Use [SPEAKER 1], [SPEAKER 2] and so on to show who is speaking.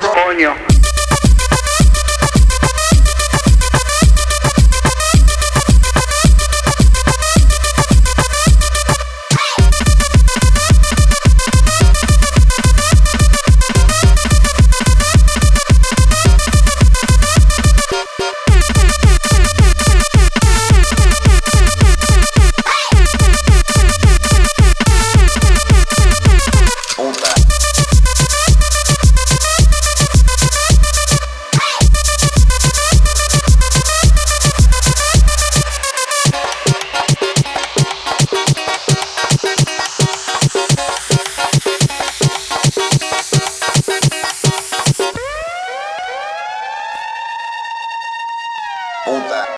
[SPEAKER 1] Coño.